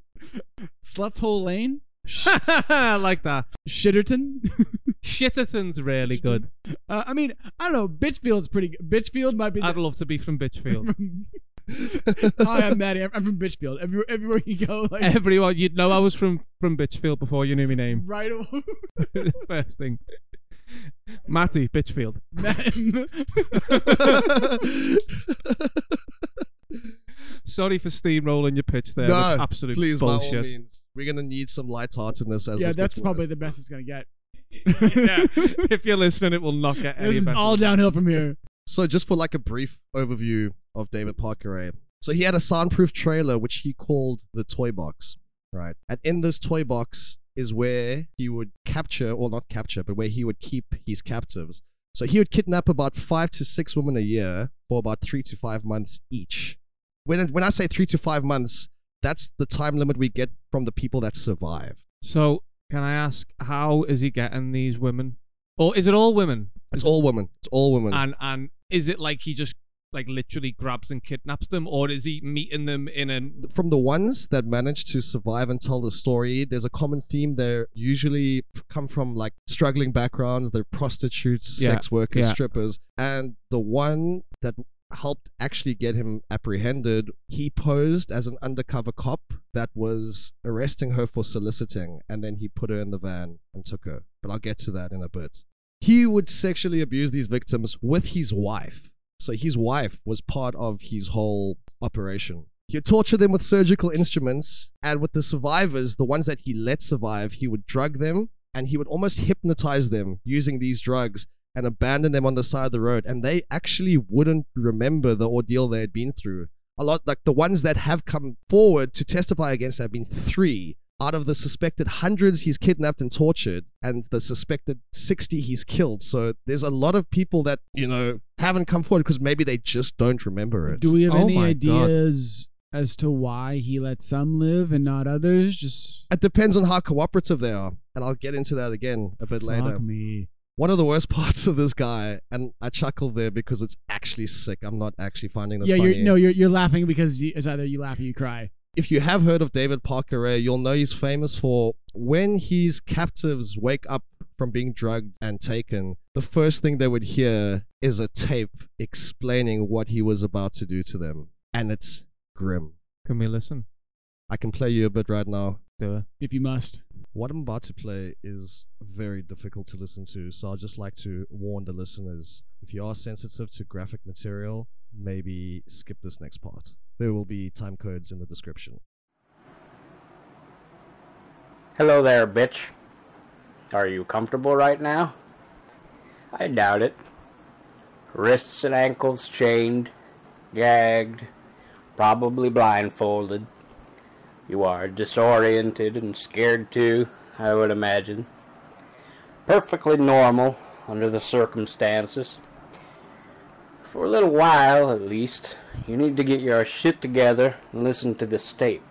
C: Sluts Hole Lane.
B: I like that.
C: Shitterton.
B: Shitterton's really good.
C: Uh, I mean, I don't know. Bitchfield's pretty. good. Bitchfield might be.
B: I'd
C: The,
B: love to be from Bitchfield.
C: Hi, I'm Maddie. I'm, I'm from Bitchfield. Everywhere, everywhere you go, like
B: Everyone, you'd know I was from from Bitchfield before you knew my name.
C: right away.
B: First thing. Matty, Bitchfield. Sorry for steamrolling your pitch there.
A: No,
B: with absolute
A: Please, by all
B: bullshit.
A: means, we're gonna need some lightheartedness as
C: yeah,
A: this
C: that's
A: gets
C: probably
A: worse.
C: the best it's gonna get.
B: yeah, if you're listening, it will not get any
C: This is
B: better.
C: all downhill from here.
A: So, just for like a brief overview of David Parker, eh? so he had a soundproof trailer which he called the toy box, right? And in this toy box is where he would capture, or not capture, but where he would keep his captives. So he would kidnap about five to six women a year for about three to five months each. When when I say three to five months, that's the time limit we get from the people that survive.
B: So, can I ask, how is he getting these women? Or is it all women?
A: It's all women. It's all women.
B: And and is it like he just like literally grabs and kidnaps them, or is he meeting them in an?
A: from the ones that manage to survive and tell the story, there's a common theme. They usually come from like struggling backgrounds. They're prostitutes,
B: Yeah,
A: sex workers,
B: yeah.
A: strippers. And the one that helped actually get him apprehended, he posed as an undercover cop that was arresting her for soliciting, and then he put her in the van and took her. But I'll get to that in a bit. He would sexually abuse these victims with his wife. So his wife was part of his whole operation. He would torture them with surgical instruments, and with the survivors, the ones that he let survive, he would drug them and he would almost hypnotize them using these drugs and abandon them on the side of the road. And they actually wouldn't remember the ordeal they had been through. A lot like the ones that have come forward to testify against have been three out of the suspected hundreds he's kidnapped and tortured, and the suspected 60 he's killed. So there's a lot of people that, you know, haven't come forward because maybe they just don't remember it.
C: Do we have
B: Oh
C: any
B: my God.
C: ideas as to why he let some live and not others? Just
A: it depends on how cooperative they are. And I'll get into that again a bit later.
C: fuck me.
A: One of the worst parts of this guy, and I chuckle there because it's actually sick. I'm not actually finding this
C: yeah,
A: funny.
C: you're no, you're you're laughing because you, it's either you laugh or you cry.
A: if you have heard of David Parker Ray, you'll know he's famous for when his captives wake up from being drugged and taken, the first thing they would hear is a tape explaining what he was about to do to them. And it's grim.
B: Can we listen?
A: I can play you a bit right now.
B: Do it.
C: If you must,
A: What I'm about to play is very difficult to listen to, so I'd just like to warn the listeners if you are sensitive to graphic material, maybe skip this next part. There will be time codes in the description.
D: Hello there, bitch. Are you comfortable right now? I doubt it. Wrists and ankles chained, gagged, probably blindfolded. You are disoriented and scared too, I would imagine. Perfectly normal under the circumstances. For a little while, at least, you need to get your shit together and listen to this tape.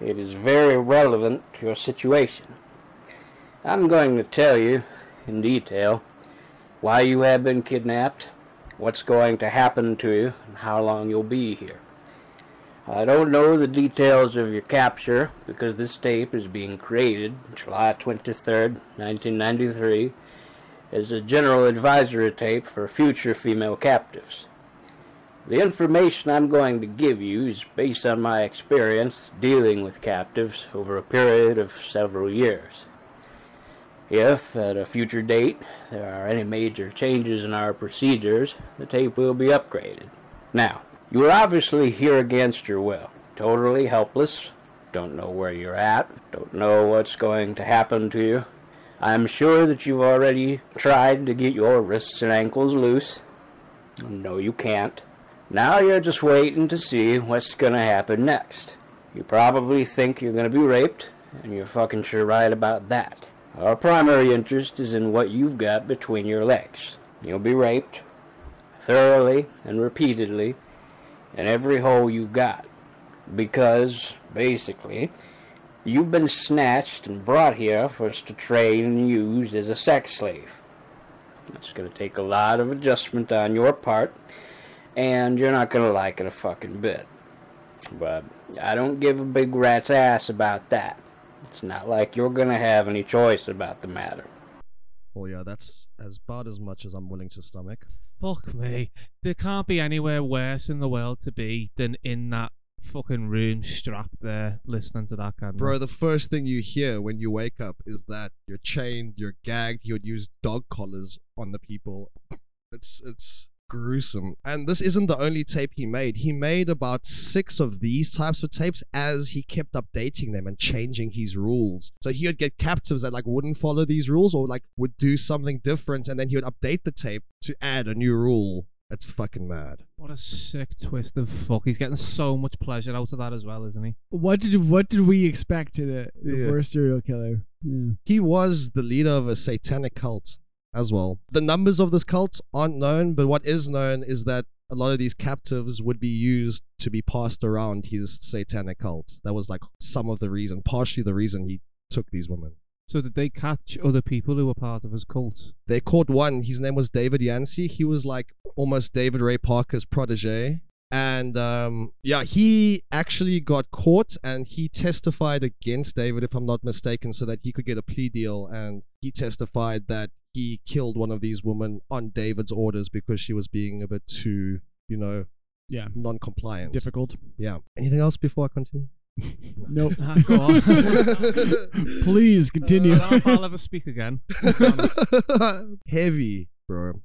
D: It is very relevant to your situation. I'm going to tell you in detail why you have been kidnapped, what's going to happen to you, and how long you'll be here. I don't know the details of your capture because this tape is being created July 23rd, 1993 as a general advisory tape for future female captives. The information I'm going to give you is based on my experience dealing with captives over a period of several years. If, at a future date, there are any major changes in our procedures, the tape will be upgraded. Now, you are obviously here against your will, totally helpless, don't know where you're at, don't know what's going to happen to you. I'm sure that you've already tried to get your wrists and ankles loose. No, you can't. Now you're just waiting to see what's going to happen next. You probably think you're going to be raped, and you're fucking sure right about that. Our primary interest is in what you've got between your legs. You'll be raped thoroughly and repeatedly in every hole you've got. Because, basically, you've been snatched and brought here for us to train and use as a sex slave. It's going to take a lot of adjustment on your part and you're not gonna like it a fucking bit. But I don't give a big rat's ass about that. It's not like you're gonna have any choice about the matter.
A: Well, yeah, that's as about as much as I'm willing to stomach.
B: Fuck me. There can't be anywhere worse in the world to be than in that fucking room strapped there listening to that kind
A: Bro, the first thing you hear when you wake up is that you're chained, you're gagged, you would use dog collars on the people. It's it's gruesome. And this isn't the only tape he made. He made about 6 of these types of tapes as he kept updating them and changing his rules. So he would get captives that like wouldn't follow these rules or like would do something different and then he would update the tape to add a new rule. It's fucking mad.
B: What a sick twist of fuck. He's getting so much pleasure out of that as well, isn't he?
C: what did what did we expect to the, the
A: Yeah.
C: worst serial killer? Yeah.
A: He was the leader of a satanic cult as well. The numbers of this cult aren't known, but what is known is that a lot of these captives would be used to be passed around his satanic cult. That was like some of the reason, partially the reason he took these women.
B: So did they catch other people who were part of his cult?
A: They caught one. His name was David Yancey. He was like almost David Ray Parker's protege. And um, yeah, he actually got caught and he testified against David, if I'm not mistaken, so that he could get a plea deal. And he testified that he killed one of these women on David's orders because she was being a bit too, you know,
C: Yeah.
A: non compliant.
C: Difficult.
A: Yeah. Anything else before I continue?
C: Nope.
B: Ah, go on.
C: Please continue.
B: I
A: Uh,
B: don't know if I'll ever speak again. to be honest.
A: Heavy, bro.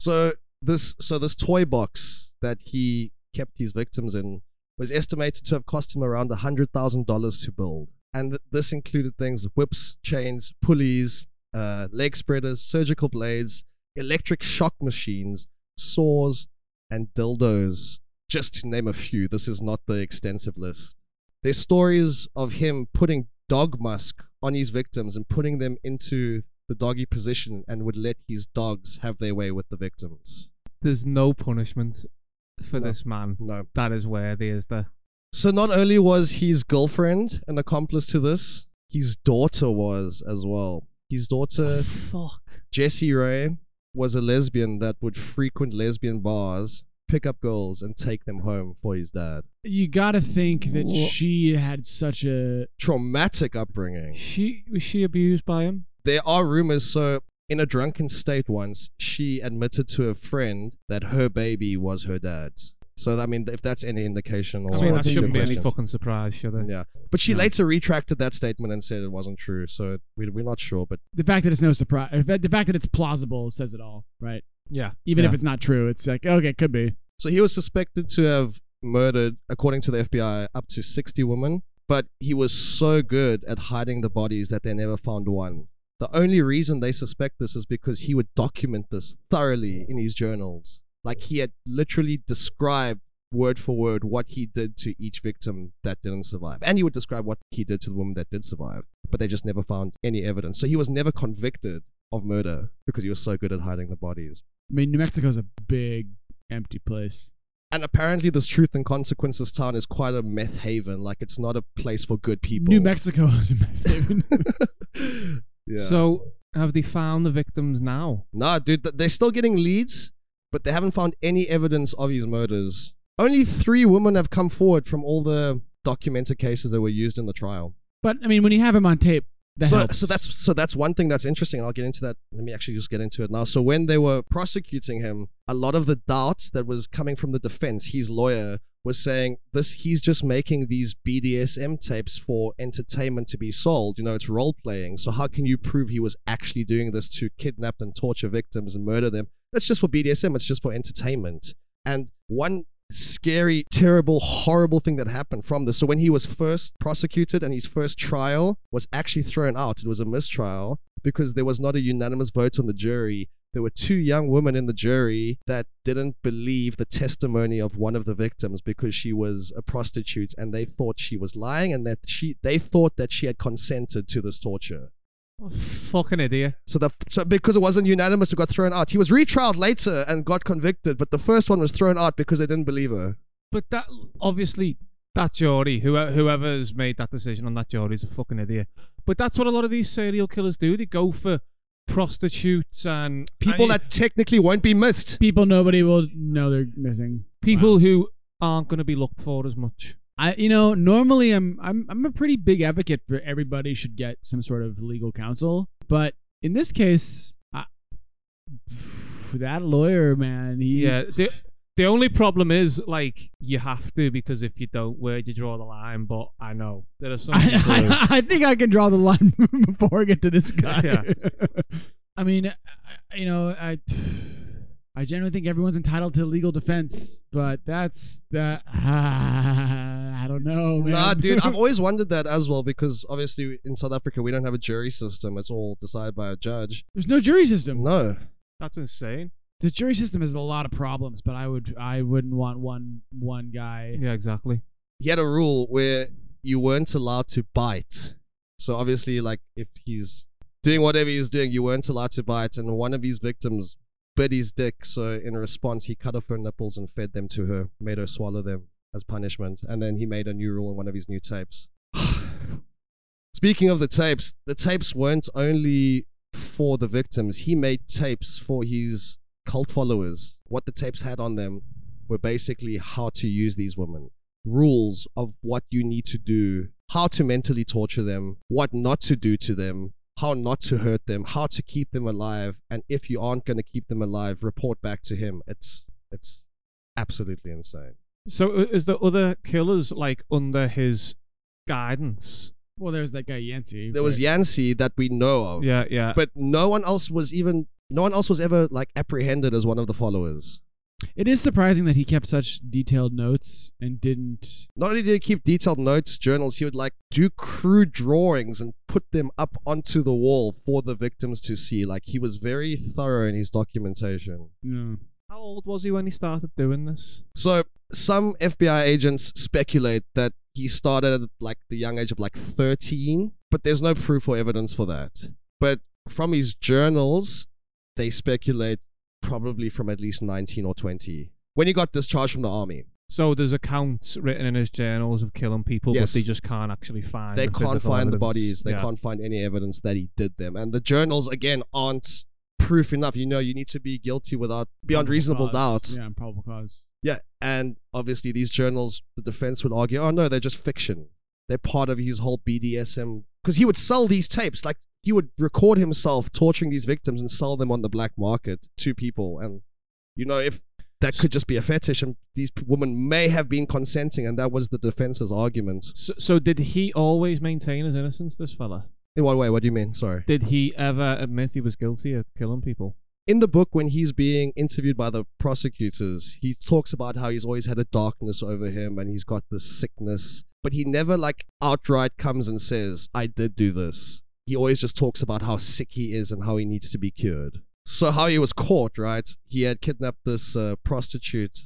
A: So this so this toy box that he kept his victims in was estimated to have cost him around hundred thousand dollars to build, and th- this included things whips, chains, pulleys, uh, leg spreaders, surgical blades, electric shock machines, saws, and dildos, just to name a few. This is not the extensive list. There's stories of him putting dog musk on his victims and putting them into the doggy position and would let his dogs have their way with the victims.
B: There's no punishment for
A: No.
B: this man.
A: No.
B: That is worthy, is there?
A: So not only was his girlfriend an accomplice to this, his daughter was as well. His daughter,
B: Fuck.
A: Jessie Ray, was a lesbian that would frequent lesbian bars, pick up girls, and take them home for his dad.
C: you gotta think that
B: Wha-
C: she had such a
A: Traumatic upbringing.
B: She was she abused by him?
A: There are rumors, so in a drunken state once, she admitted to a friend that her baby was her dad's. So, I mean, if that's any indication or
B: I mean, that
C: that's a good
B: Oh, shouldn't be any
A: question.
B: fucking surprise, should it?
A: Yeah, but she
B: Yeah.
A: later retracted that statement and said it wasn't true. So we, we're not sure, but
C: the fact that it's no surprise. The fact that it's plausible says it all, right?
B: Yeah.
C: Even if it's not true, it's like okay, it could be.
A: so he was suspected to have murdered, according to the FBI, up to sixty women. But he was so good at hiding the bodies that they never found one. The only reason they suspect this is because he would document this thoroughly in his journals. Like he had literally described word for word what he did to each victim that didn't survive. And he would describe what he did to the woman that did survive, but they just never found any evidence. So he was never convicted of murder because he was so good at hiding the bodies.
C: I mean, New Mexico's a big empty place.
A: And apparently, this Truth and Consequences town is quite a meth haven. Like, it's not a place for good people.
C: New Mexico is a meth haven.
A: yeah.
B: So have they found the victims now?
A: nah, dude, th- they're still getting leads, but they haven't found any evidence of his murders. Only three women have come forward from all the documented cases that were used in the trial.
C: but I mean, when you have him on tape, that
A: so,
C: helps.
A: so that's so that's one thing that's interesting. and I'll get into that. Let me actually just get into it now. So when they were prosecuting him, a lot of the doubts that was coming from the defense, his lawyer was saying this: he's just making these BDSM tapes for entertainment to be sold. You know, it's role playing. So how can you prove he was actually doing this to kidnap and torture victims and murder them? That's just for BDSM. It's just for entertainment. And one scary, terrible, horrible thing that happened from this. So when he was first prosecuted and his first trial was actually thrown out, it was a mistrial because there was not a unanimous vote on the jury. There were two young women in the jury that didn't believe the testimony of one of the victims because she was a prostitute and they thought she was lying and that she they thought that she had consented to this torture.
B: Oh, fucking idiot.
A: So the so because it wasn't unanimous, it got thrown out. He was retrialed later and got convicted, but the first one was thrown out because they didn't believe her.
B: But that obviously that jury, whoever whoever's made that decision on that jury is a fucking idiot. But that's what a lot of these serial killers do. They go for prostitutes and
A: People
B: and-
A: that technically won't be missed.
C: people nobody will know they're missing.
B: people who aren't going to be looked for as much.
C: I you know normally I'm I'm I'm a pretty big advocate for everybody should get some sort of legal counsel, but in this case, I, that lawyer man, he
B: Yeah. The, the only problem is like you have to because if you don't, where do you draw the line? But I know there are some. people who-
C: I, I, I think I can draw the line before I get to this guy.
B: Yeah.
C: I mean, I- I, you know, I I generally think everyone's entitled to legal defense, but that's that. I don't know, man.
A: Nah, dude, I've always wondered that as well because obviously in South Africa we don't have a jury system. It's all decided by a judge.
C: There's no jury system.
A: No.
B: That's insane.
C: The jury system has a lot of problems, but I would I wouldn't want one one guy.
B: Yeah, exactly.
A: He had a rule where you weren't allowed to bite. So obviously, like if he's doing whatever he's doing, you weren't allowed to bite, and one of his victims bit his dick, so in response he cut off her nipples and fed them to her, made her swallow them as punishment, and then he made a new rule in one of his new tapes. Speaking of the tapes, the tapes weren't only for the victims. He made tapes for his cult followers. What the tapes had on them were basically how to use these women, rules of what you need to do, how to mentally torture them, what not to do to them, how not to hurt them, how to keep them alive, and if you aren't going to keep them alive, report back to him. It's it's absolutely insane.
B: uh, So i- is the other killers like under his guidance.
C: Well, there's that guy Yancey.
A: There was
C: but-
A: Yancey that we know of.
B: Yeah, yeah.
A: But no one else was even no one else was ever like apprehended as one of the followers.
C: It is surprising that he kept such detailed notes and didn't.
A: Not only did he keep detailed notes, journals, he would like do crude drawings and put them up onto the wall for the victims to see. Like he was very thorough in his documentation.
C: No.
B: How old was he when he started doing this?
A: So some FBI agents speculate that he started at like the young age of like 13, but there's no proof or evidence for that. But from his journals, they speculate probably from at least 19 or 20 when he got discharged from the army.
B: So there's accounts written in his journals of killing people,
A: Yes.
B: but they just can't actually find.
A: they
B: the
A: can't
B: physical
A: find the
B: evidence.
A: bodies. They
B: Yeah.
A: can't find any evidence that he did them. And the journals again aren't proof enough. You know, you need to be guilty without beyond
C: Probable
A: reasonable doubt.
C: cause. Yeah, probable cause.
A: Yeah, and obviously these journals, the defense would argue, oh no, they're just fiction. They're part of his whole BDSM because he would sell these tapes. Like he would record himself torturing these victims and sell them on the black market to people. And you know, if that could just be a fetish, and these p- women may have been consenting, and that was the defense's argument.
B: So, so did he always maintain his innocence? This fella.
A: In what way? What do you mean? Sorry.
B: Did he ever admit he was guilty of killing people?
A: In the book, when he's being interviewed by the prosecutors, he talks about how he's always had a darkness over him and he's got this sickness, but he never like outright comes and says, I did do this. He always just talks about how sick he is and how he needs to be cured. So, how he was caught, right? He had kidnapped this uh, prostitute,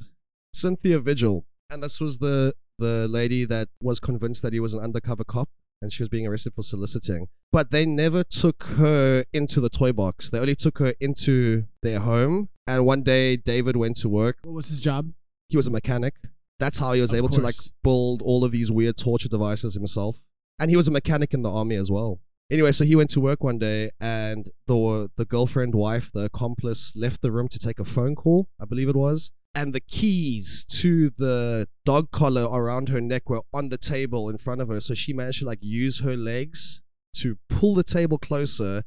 A: Cynthia Vigil, and this was the, the lady that was convinced that he was an undercover cop and she was being arrested for soliciting but they never took her into the toy box. They only took her into their home. And one day, David went to work.
C: What was his job?
A: He was a mechanic. That's how he was
C: Of
A: able to like
C: course.
A: build all of these weird torture devices himself. And he was a mechanic in the army as well. Anyway, so he went to work one day, and the the girlfriend, wife, the accomplice left the room to take a phone call. I believe it was. And the keys to the dog collar around her neck were on the table in front of her. So she managed to like use her legs to pull the table closer,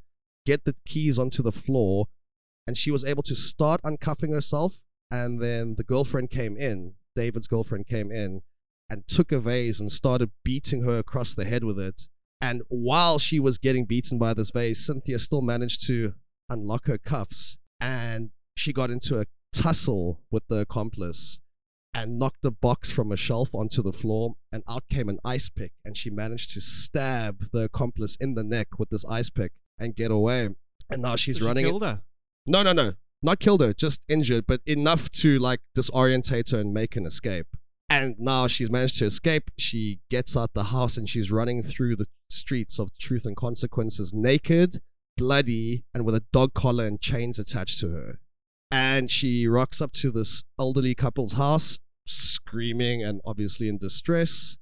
A: get the keys onto the floor, and she was able to start uncuffing herself. And then the girlfriend came in, David's girlfriend came in, and took a vase and started beating her across the head with it. And while she was getting beaten by this vase, Cynthia still managed to unlock her cuffs and she got into a tussle with the accomplice and knocked a box from a shelf onto the floor and out came an ice pick and she managed to stab the accomplice in the neck with this ice pick and get away and now she's
B: So she
A: running it-
B: Killed her.
A: no, no, no. Not killed her, just injured, but enough to like disorientate her and make an escape. And now she's managed to escape. She gets out the house and she's running through the streets of Truth and Consequences naked, bloody, and with a dog collar and chains attached to her. And she rocks up to this elderly couple's house, screaming and obviously in distress.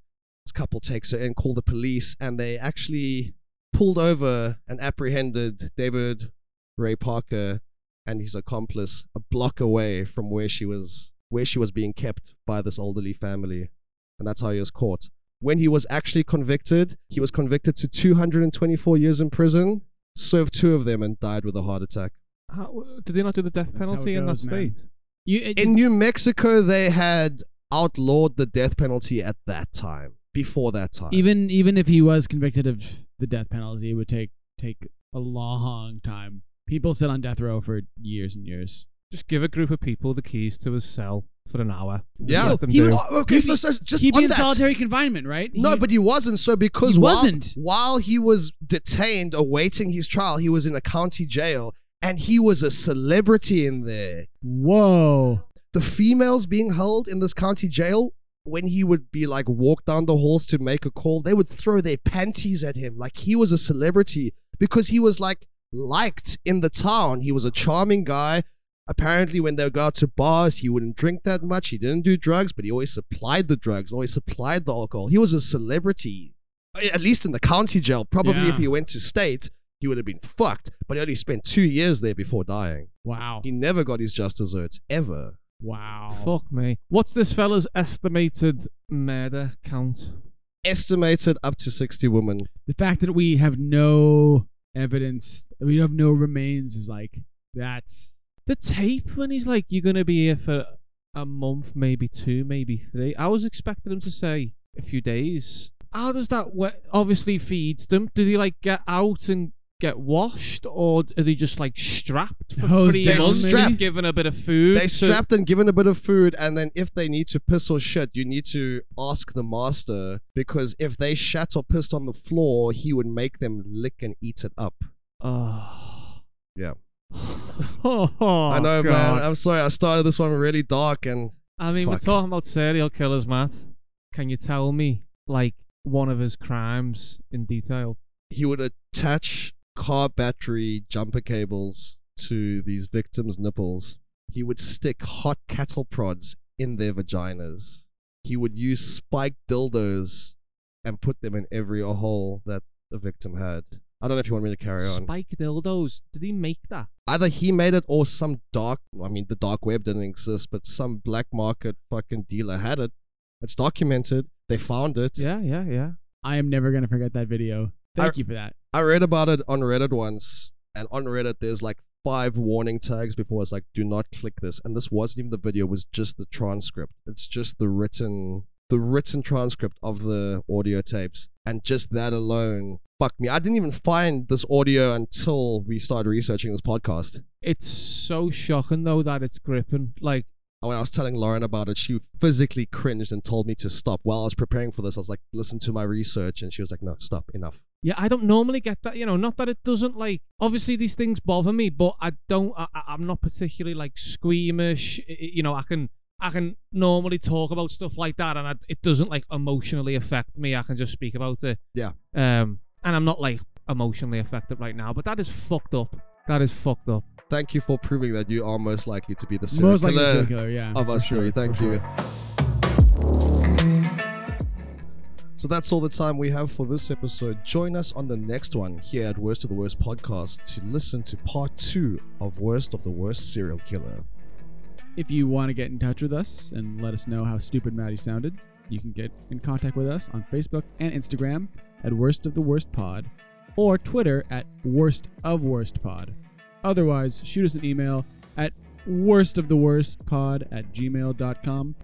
A: This couple takes her in, call the police, and they actually pulled over and apprehended David Ray Parker and his accomplice a block away from where she was where she was being kept by this elderly family and that's how he was caught when he was actually convicted he was convicted to 224 years in prison served two of them and died with a heart attack
B: How, did they not do the death
C: That's how it
B: penalty in
C: goes,
B: that
C: man.
B: state?
C: You, it,
A: in new mexico they had outlawed the death penalty at that time before that time
C: even even if he was convicted of the death penalty, it would take take a long time. People sit on death row for years and years.
B: Just give a group of people the keys to his cell for an hour.
A: yeah
B: Let them
C: he
B: do.
C: was-
A: Oh, okay so, so just
C: He'd
A: on
C: be in
A: that.
C: solitary confinement, right?
A: No,
C: He-
A: but he wasn't. So because
C: He
A: while,
C: wasn't.
A: while he was detained awaiting his trial, he was in a county jail and he was a celebrity in there.
C: whoa,
A: The females being held in this county jail, when he would be like walk down the halls to make a call, they would throw their panties at him. Like he was a celebrity because he was like liked in the town. He was a charming guy. Apparently, when they would go out to bars, he wouldn't drink that much. He didn't do drugs, but he always supplied the drugs, always supplied the alcohol. He was a celebrity, eh, at least in the county jail. Probably if
C: Yeah.
A: he went to state, he would have been fucked. But he only spent two years there before dying.
C: wow,
A: He never got his just desserts, ever.
C: wow.
B: Fuck me. What's this fella's estimated murder count?
A: Estimated up to 60 women.
C: The fact that we have no evidence, we have no remains, is like that's
B: The tape when he's like, "You're gonna be here for a month, maybe two, maybe three. I was expecting him to say a few days. How does that work? Obviously, feeds them. Do they like get out and get washed, or are they just like strapped for
C: Hosed
B: three
A: down,
B: months,
A: maybe?
B: and given a bit of food?
A: They're
B: to-
A: strapped and given a bit of food, and then if they need to piss or shit, you need to ask the master because if they shat or pissed on the floor, he would make them lick and eat it up.
B: Oh.
A: Yeah.
B: oh,
A: I know,
B: God.
A: man. I'm sorry. I started this one really dark, and
B: I mean, we're
A: Fuck.
B: talking about serial killers, Matt. Can you tell me, like, one of his crimes in detail?
A: he would attach car battery jumper cables to these victims' nipples. He would stick hot cattle prods in their vaginas. He would use spiked dildos and put them in every hole that the victim had. I don't know if you want me to carry on.
B: Spike dildos. Did he make that?
A: Either he made it or some dark, I mean, the dark web didn't exist, but some black market fucking dealer had it. It's documented. They found it.
B: Yeah, yeah, yeah.
C: I am never gonna forget that video. Thank you for that.
A: I read about it on Reddit once, and on Reddit there's like five warning tags before it's like, do not click this. And this wasn't even the video, it was just the transcript. It's just the written the written transcript of the audio tapes. And just that alone, fuck me. I didn't even find this audio until we started researching this podcast.
B: It's so shocking though that it's gripping. Like,
A: And when I was telling Lauren about it, she physically cringed and told me to stop. While I was preparing for this, I was like, listen to my research. And she was like, no, stop, enough.
B: yeah, I don't normally get that. You know, not that it doesn't like. Obviously, these things bother me, but I don't. I, I- I'm not particularly like squeamish. I- I- You know, I can. I can normally talk about stuff like that, and I, it doesn't like emotionally affect me. I can just speak about it.
A: Yeah.
B: Um, and I'm not like emotionally affected right now, but that is fucked up. That is fucked up.
A: Thank you for proving that you are most likely to be the serial
C: Most likely
A: killer.
C: serial killer. Yeah.
A: of us three. Thank you. So that's all the time we have for this episode. Join us on the next one here at Worst of the Worst podcast to listen to part two of Worst of the Worst Serial Killer.
C: If you want to get in touch with us and let us know how stupid Maddie sounded, you can get in contact with us on Facebook and Instagram at Worst of the Worst Pod or Twitter at Worst of Worst Pod. Otherwise, shoot us an email at worst of the worst pod at gmail.com